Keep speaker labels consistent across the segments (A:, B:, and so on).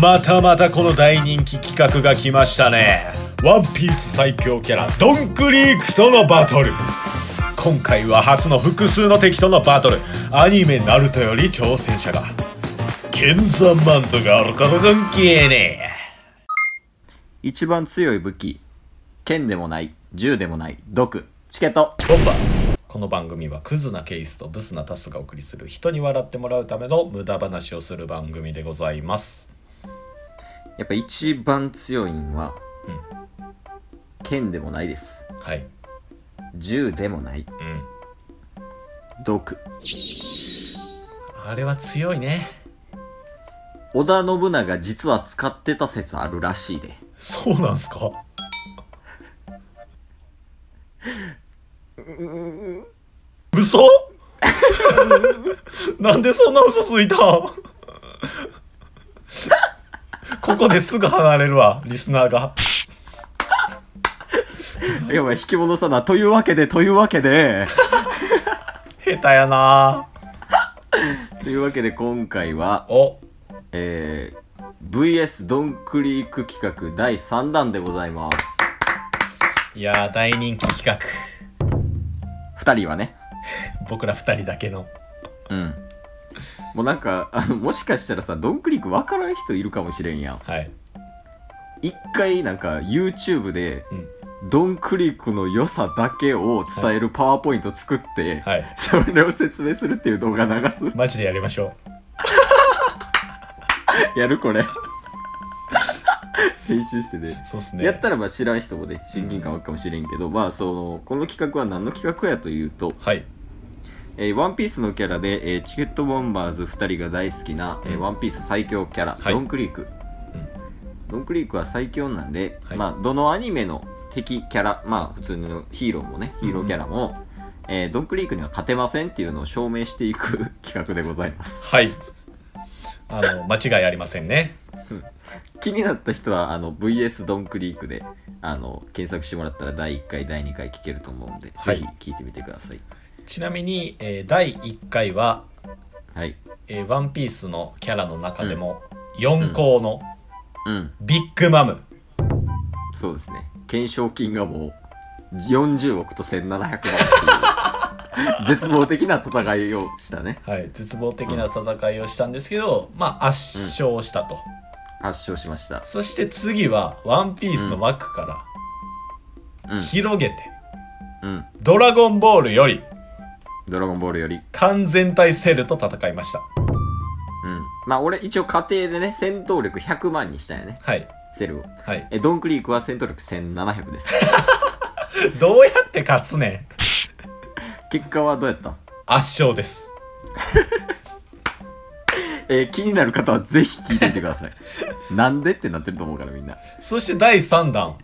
A: またまたこの大人気企画が来ましたねワンピース最強キャラドンクリークとのバトル今回は初の複数の敵とのバトルアニメ「ナルト」より挑戦者がケンザマントがあるから関係ね
B: 一番強い武器剣でもない銃でもない毒チケット
A: えボンバーこの番組はクズなケースとブスなタスがお送りする人に笑ってもらうための無駄話をする番組でございます
B: やっぱ一番強いんは、
A: うん
B: 剣でもないです
A: はい
B: 銃でもない
A: うん
B: 毒
A: あれは強いね
B: 織田信長実は使ってた説あるらしいで
A: そうなんすか嘘なんでそんな嘘ついたんここですぐ離れるわリスナーが
B: やばい引き戻さなというわけでというわけで
A: 下手やな
B: というわけで今回は
A: お
B: えー、VS ドンクリーク企画第3弾でございます
A: いやー大人気企画
B: 2人はね
A: 僕ら2人だけの
B: うんもうなんかあのもしかしたらさドンクリーク分からん人いるかもしれんやん
A: はい
B: 一回なんか YouTube で
A: うん
B: ドンクリークの良さだけを伝えるパワーポイント作って、
A: はい
B: それを説明するっていう動画流す
A: マジでやりましょ
B: やるこれ 編集してね
A: うそうっすね
B: やったらまあ知らん人もね親近感湧くかもしれんけど、まあそのこの企画は何の企画やというと
A: はい
B: 「えーワンピースのキャラで、えーチケットボンバーズ2人が大好きな、えーワンピース最強キャラ、
A: はい
B: ドンクリーク、
A: うん
B: ドンクリークは最強なんで、
A: はい
B: まあどのアニメの敵キャラまあ普通のヒーローもねヒーローキャラも、えードンクリークには勝てませんっていうのを証明していく 企画でございます
A: はいあの間違いありませんね
B: 気になった人はあの VS ドンクリークであの検索してもらったら第1回第2回聞けると思うんで、
A: はい
B: ぜひ聞いてみてください
A: ちなみに、えー第1回は
B: はい
A: えーワンピースのキャラの中でも4校の
B: うん
A: ビッグマム、
B: そうですね懸賞金がもう40億と1700万っていう絶望的な戦いをしたね
A: はい、絶望的な戦いをしたんですけど、まあ圧勝したと、
B: 発症しました
A: そして次はワンピースの枠か
B: う
A: ら
B: ん
A: 広げて、
B: うん
A: ドラゴンボールより
B: ドラゴンボールより
A: 完全体セルと戦いました
B: うんまあ俺一応家庭でね戦闘力100万にしたよね
A: はい
B: セルを
A: はい
B: えドンクリークは戦闘力1700です
A: どうやって勝つねん
B: 結果はどうやった
A: 圧勝です
B: えー気になる方はぜひ聞いてみてくださいなんでってなってると思うからみんな
A: そして第3弾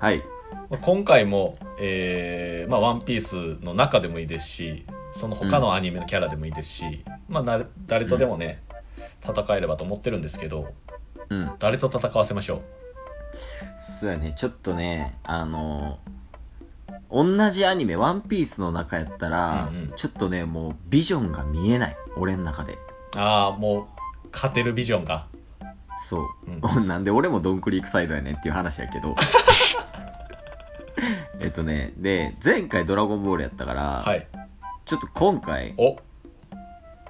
B: はい
A: まあ今回も、えーまあ、ワンピースの中でもいいですしその他のアニメのキャラでもいいですし、まあ、な誰とでもね、戦えればと思ってるんですけど
B: うん
A: 誰と戦わせましょ
B: そうやねちょっとねあのー同じアニメ「ワンピースの中やったら、
A: うんうん
B: ちょっとねもうビジョンが見えない俺の中で
A: うああもう勝てるビジョンが
B: そうう、 なんで俺もドンクリークサイドやねんっていう話やけど えっとねで前回「ドラゴンボール」やったから、
A: はい
B: ちょっと今回
A: お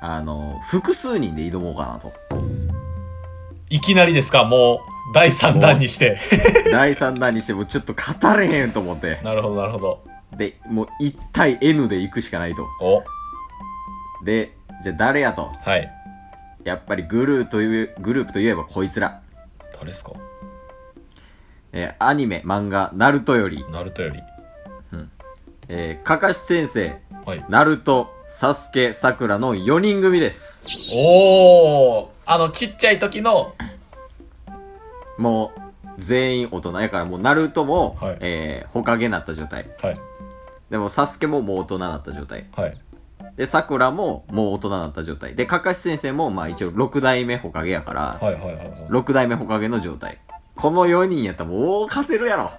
B: あのー複数人で挑もうかなと
A: いきなりですかもう第3弾にして
B: 第3弾にしてもちょっと語れへんと思って
A: なるほどなるほど
B: でもう1対 N で行くしかないと
A: お
B: でじゃあ誰やと
A: はい
B: やっぱりグルーというグループといえばこいつら、
A: 誰ですか
B: えーアニメ漫画「ナルトより、
A: ナルトより
B: えー、かかし先生
A: はい
B: ナルトサスケさくらの4人組です
A: おおあのちっちゃい時の
B: もう全員大人やからもうナルトも、
A: はい
B: えー、ほかげになった状態
A: はい
B: でもサスケももう大人になった状態
A: はい
B: でさくらももう大人になった状態でかかし先生もまあ一応6代目ほかげやから、
A: はいはいはいはい
B: 6代目ほかげの状態この4人やったらもう勝てるやろ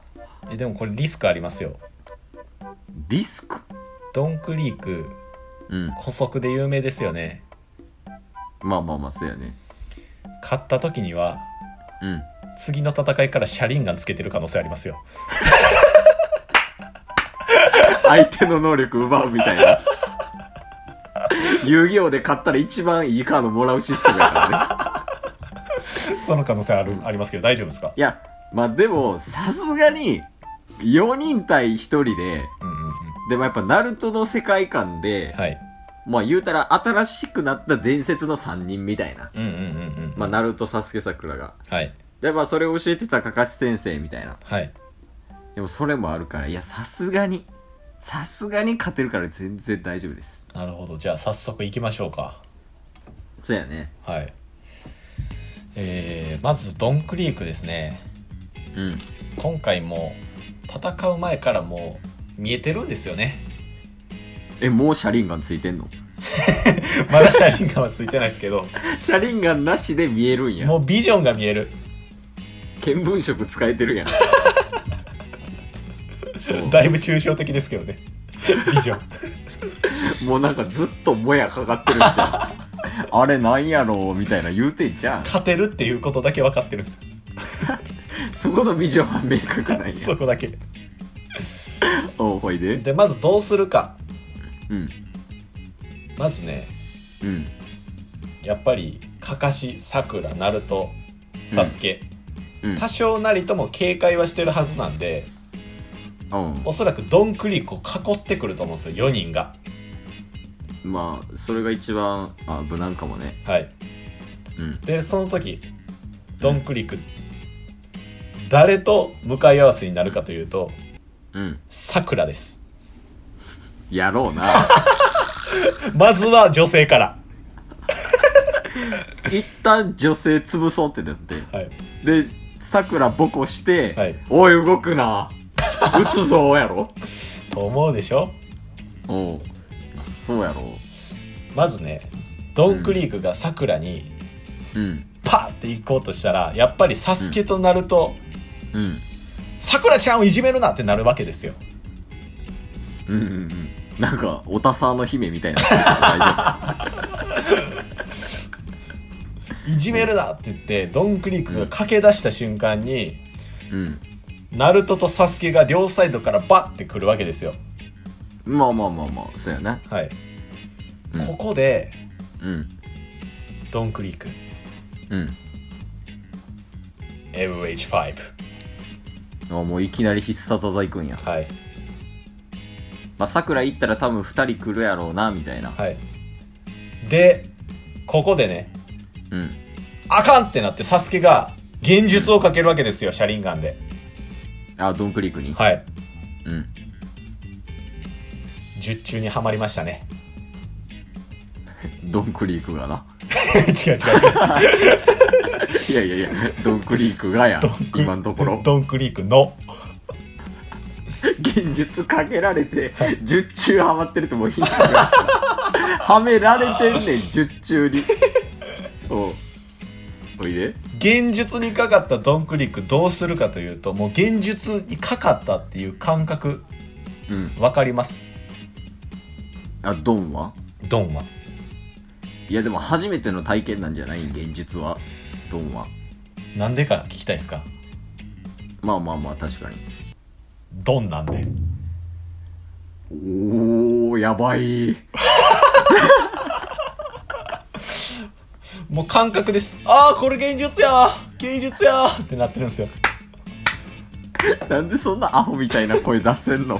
A: えでもこれリスクありますよ
B: リスク
A: ドンクリーク
B: うん
A: 古速で有名ですよね
B: まあまあまあそうやね
A: 勝った時には
B: うん
A: 次の戦いから車輪ガンつけてる可能性ありますよ
B: 相手の能力奪うみたいな遊戯王で買ったら一番いいカードもらうシステムやからね
A: その可能性あるありますけど大丈夫ですか
B: いやまあでもさすがに4人対1人で
A: うんうんうん
B: でもやっぱナルトの世界観で、
A: はい
B: まあ言うたら新しくなった伝説の3人みたいな
A: うんうんうんうん
B: まあナルトサスケ桜が
A: はい
B: でまあそれを教えてたかかし先生みたいな
A: はい
B: でもそれもあるからいやさすがにさすがに勝てるから全然大丈夫です
A: なるほどじゃあ早速いきましょうか
B: そうやね
A: はいえー、まずドンクリークですね
B: うん
A: 今回も戦う前からもう見えてるんですよね
B: えもうシャリンガンついてんの
A: まだ車輪がはついてないですけど
B: シャリンガンなしで見えるんや
A: もうビジョンが見える
B: 見聞色使えてるやん も
A: だいぶ抽象的ですけどね ビジョン
B: うもうなんかずっともやかかってるんじゃ んあれなんやろうみたいな言うてんじゃん
A: 勝てるっていうことだけ分かってるんですよ
B: そこのビジョンは明確なんや
A: そこだけ
B: おうほいで
A: でまずどうするか
B: うん
A: まずね
B: うん
A: やっぱりかかしさくらなるとサスケ、
B: うん
A: 多少なりとも警戒はしてるはずなんで
B: うん
A: おそらくドンクリークを囲ってくると思うんですよ4人が
B: まあそれが一番あ無難かもね
A: はい
B: うん
A: でその時ドンクリーク誰と向かい合わせになるかというと
B: うん
A: さくらです
B: やろう な
A: まずは女性から
B: 一旦女性潰そうってなって
A: はい
B: でさくらボコして「
A: はい
B: おい動くな撃つぞ」やろ
A: と思うでしょ
B: おうそうやろ
A: まずねドンクリークがさくらに
B: うん
A: パーって行こうとしたらやっぱりサスケとなると
B: うん
A: さくらちゃんをいじめるなってなるわけですよ
B: うんうんうんなんかおたさの姫みたいな大丈
A: いじめるなって言ってドンクリークが駆け出した瞬間に
B: 夫うん
A: ナルトとサスケが両サイドからバッてくるわけですよ
B: まあまあまあまあそうやな
A: はい、
B: うん
A: ここで
B: うん
A: ドンクリーク
B: うん
A: MH5
B: あもういきなり必殺技いくんや
A: はい
B: まあさくら行ったら多分2人来るやろうなみたいな
A: はいでここでね
B: うん
A: あかんってなってサスケが幻術をかけるわけですよ車輪ガンで
B: あドンクリークに
A: はい
B: うん
A: 術中にはまりましたね
B: ドンクリークがな
A: 違う 違う違う
B: いやいやいやドンクリークがや今のところ
A: ドンクリークの
B: 現実かけられて10中ハマってるともういい はめられてんねん10中におうおいで
A: 現実にかかったドンクリークどうするかというともう現実にかかったっていう感覚
B: うん
A: わかります
B: あドンは
A: ドンはい
B: やでも初めての体験なんじゃない現実はドンは
A: なんでか聞きたいですか
B: まあまあまあ確かに
A: ドンなんで
B: おーやばい
A: もう感覚ですああこれ現実やー現実やーってなってるんですよ
B: なんでそんなアホみたいな声出せんの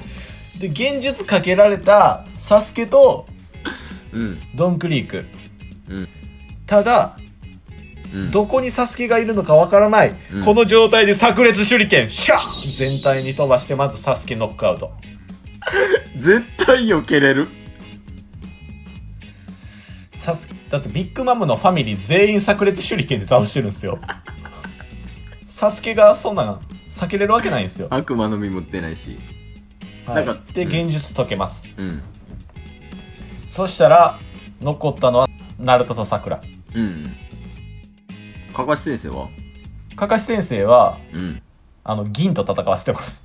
A: で現実かけられたサスケと
B: うん
A: ドンクリーク、
B: うん
A: ただ
B: うん
A: どこにサスケがいるのかわからない、
B: うん
A: この状態で炸裂手裏剣シャー全体に飛ばしてまずサスケノックアウト
B: 絶対避けれる
A: サスケだってビッグマムのファミリー全員炸裂手裏剣で倒してるんです よサスケがそんなの避けれるわけないんですよ、
B: 悪魔の実持ってないし
A: はい
B: なんか
A: で
B: う
A: 現
B: ん
A: 実解けます、
B: うん
A: そしたら残ったのはナルトとさくら
B: うんかかし先生は
A: かかし先生は
B: うん
A: あの銀と戦わせてます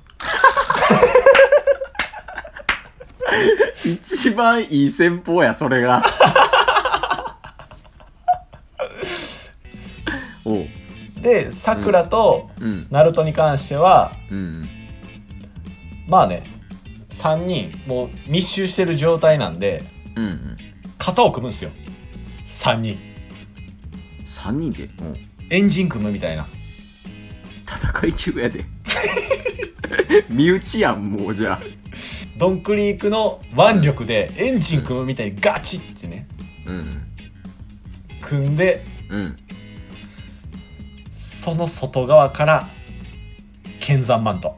B: 一番いい戦 法やそれが
A: でさくらと
B: うん
A: ナルトに関しては、
B: うん
A: まあね3人もう密集してる状態なんで
B: うんうん
A: 型を組むんですよ3人
B: 3人でうん
A: エンジン組むみたいな
B: 戦い中やで身内やんもうじゃあ
A: ドンクリークの腕力でエンジン組むみたいにガチってね
B: うん
A: 組んで
B: うん
A: その外側から剣山マント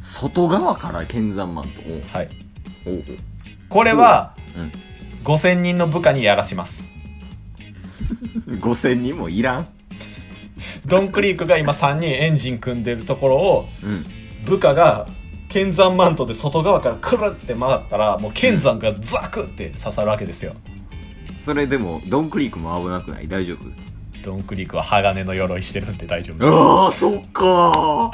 B: 外側から剣山マンと
A: はい
B: おうおう
A: これは
B: うん
A: 5000人の部下にやらします
B: 5000人もいらん
A: ドンクリークが今3人エンジン組んでるところを
B: うん
A: 部下が剣山マントで外側からくるって回ったらもう剣山がザクって刺さるわけですよ
B: それでもドンクリークも危なくない大丈夫
A: ドンクリークは鋼の鎧してるんで大丈夫です
B: ああそっか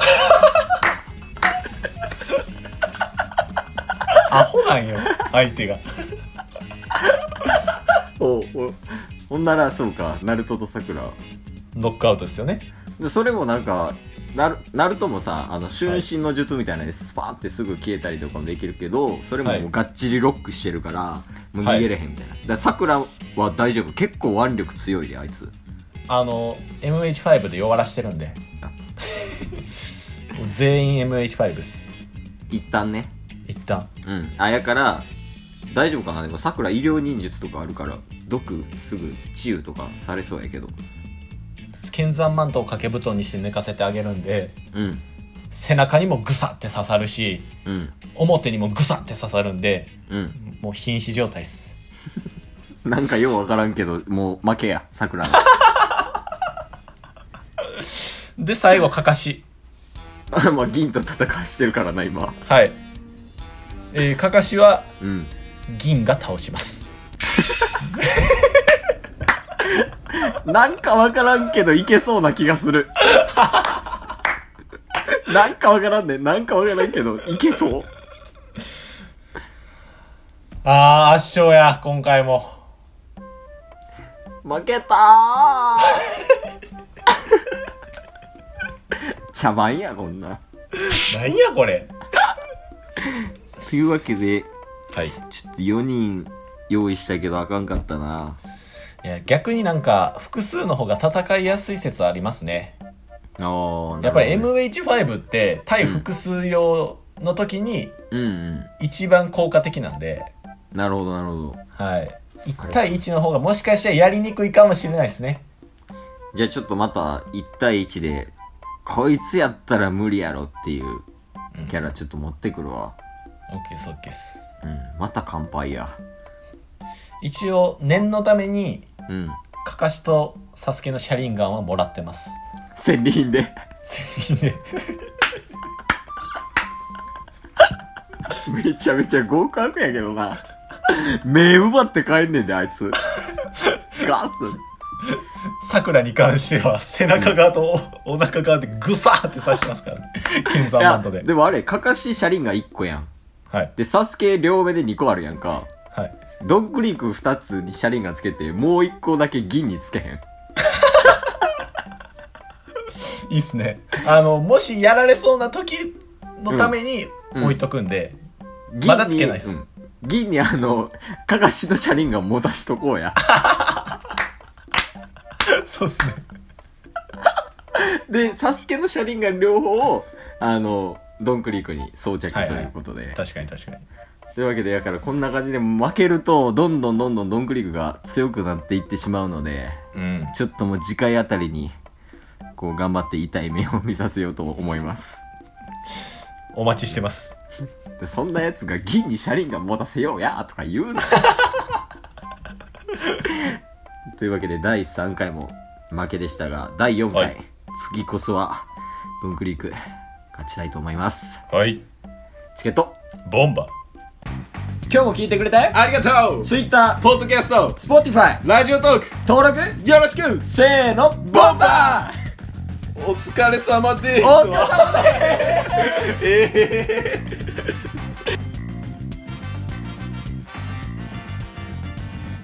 A: アホなんよ相手が
B: おうおうほんならそうかナルトとさくら
A: ノックアウトですよね
B: でそれもなんかナルナルトもさあの瞬身の術みたいなのでスパーってすぐ消えたりとかもできるけどそれも
A: はい
B: もうがっちりロックしてるから、もう逃げれへんみたいなだからさくらは大丈夫結構腕力強いであいつ
A: あの MH5 で弱らしてるんで全員 MH5 です
B: 一旦ね
A: 一旦
B: うんあやから大丈夫かなでもさくら医療忍術とかあるから毒すぐ治癒とかされそうやけど
A: 剣山マントを掛け布団にして寝かせてあげるんで
B: うん
A: 背中にもグサって刺さるし
B: うん
A: 表にもグサって刺さるんで
B: うん
A: もう瀕死状態です
B: なんかようわからんけどもう負けやさくらの
A: で最後かかし
B: まあ銀と戦わしてるからな今
A: はいえー、かかしは
B: うん
A: 銀が倒します
B: なんかわからんけど、いけそうな気がする。 なんかわからんね。なんかわからんけど、いけそう。
A: あー圧勝や今回も
B: 負けたー 茶番や、こんな。
A: なんやこれ
B: というわけで、
A: はいい
B: ちょっと4人用意したけど、あかんかったな。
A: や逆になんか複数の方が戦いやすい説ありますね
B: あー
A: やっぱり
B: なるほどね
A: MH5 って対複数用の時に
B: うんうん。
A: 一番効果的なんで、
B: なるほど、なるほど。
A: はい、1対1の方がもしかしたらやりにくいかもしれないですね
B: じゃあちょっとまた1対1で、こいつやったら無理やろっていうキャラちょっと持ってくるわ。
A: OK そうです
B: うん、また乾杯や。
A: 一応念のために
B: うん。
A: かかしとサスケの車輪ガンはもらってます
B: 千里で。
A: 全員で
B: めちゃめちゃ合格やけどな。 目奪って帰んねんで、あ いつ。ガス。
A: さくらに関しては背中側とおお腹側でグサーって刺してますからね剣山マントで
B: でもあれ、かかし車輪が1個やん。
A: はい
B: で、サスケ両目で2個あるやんか。
A: はい
B: ドンクリーク2つに車輪がつけて、もう1個だけ銀につけへん。
A: いいっすねあのもしやられそうな時のために
B: うん
A: 置いとくんで、
B: 銀に
A: まだつけないっす
B: うん銀にあの、かかしの車輪が持たしとこう や。
A: そうっすね
B: で、サスケの車輪が両方を、あの、ドンクリークに装着ということで。
A: 確かに確かに
B: というわけでだからこんな感じで負けるとどんどんどんどんドンクリークが強くなっていってしまうので
A: うん
B: ちょっともう次回あたりにこう頑張って痛い目を見させようと思い ます
A: お待ちしてます
B: でそんなやつが銀に車輪が持たせようやとか言うなというわけで第3回も負けでしたが第4回、
A: はい
B: 次こそはドンクリーク勝ちたいと思います
A: はい
B: チケット
A: ボンバ
B: 今日も聞いてくれて
A: ありがとう
B: Twitter、
A: ポッドキャスト
B: Spotify
A: ラジオトーク
B: 登録
A: よろしく
B: せーのボンバー
A: お疲れ様です
B: お疲れ様です
A: ええ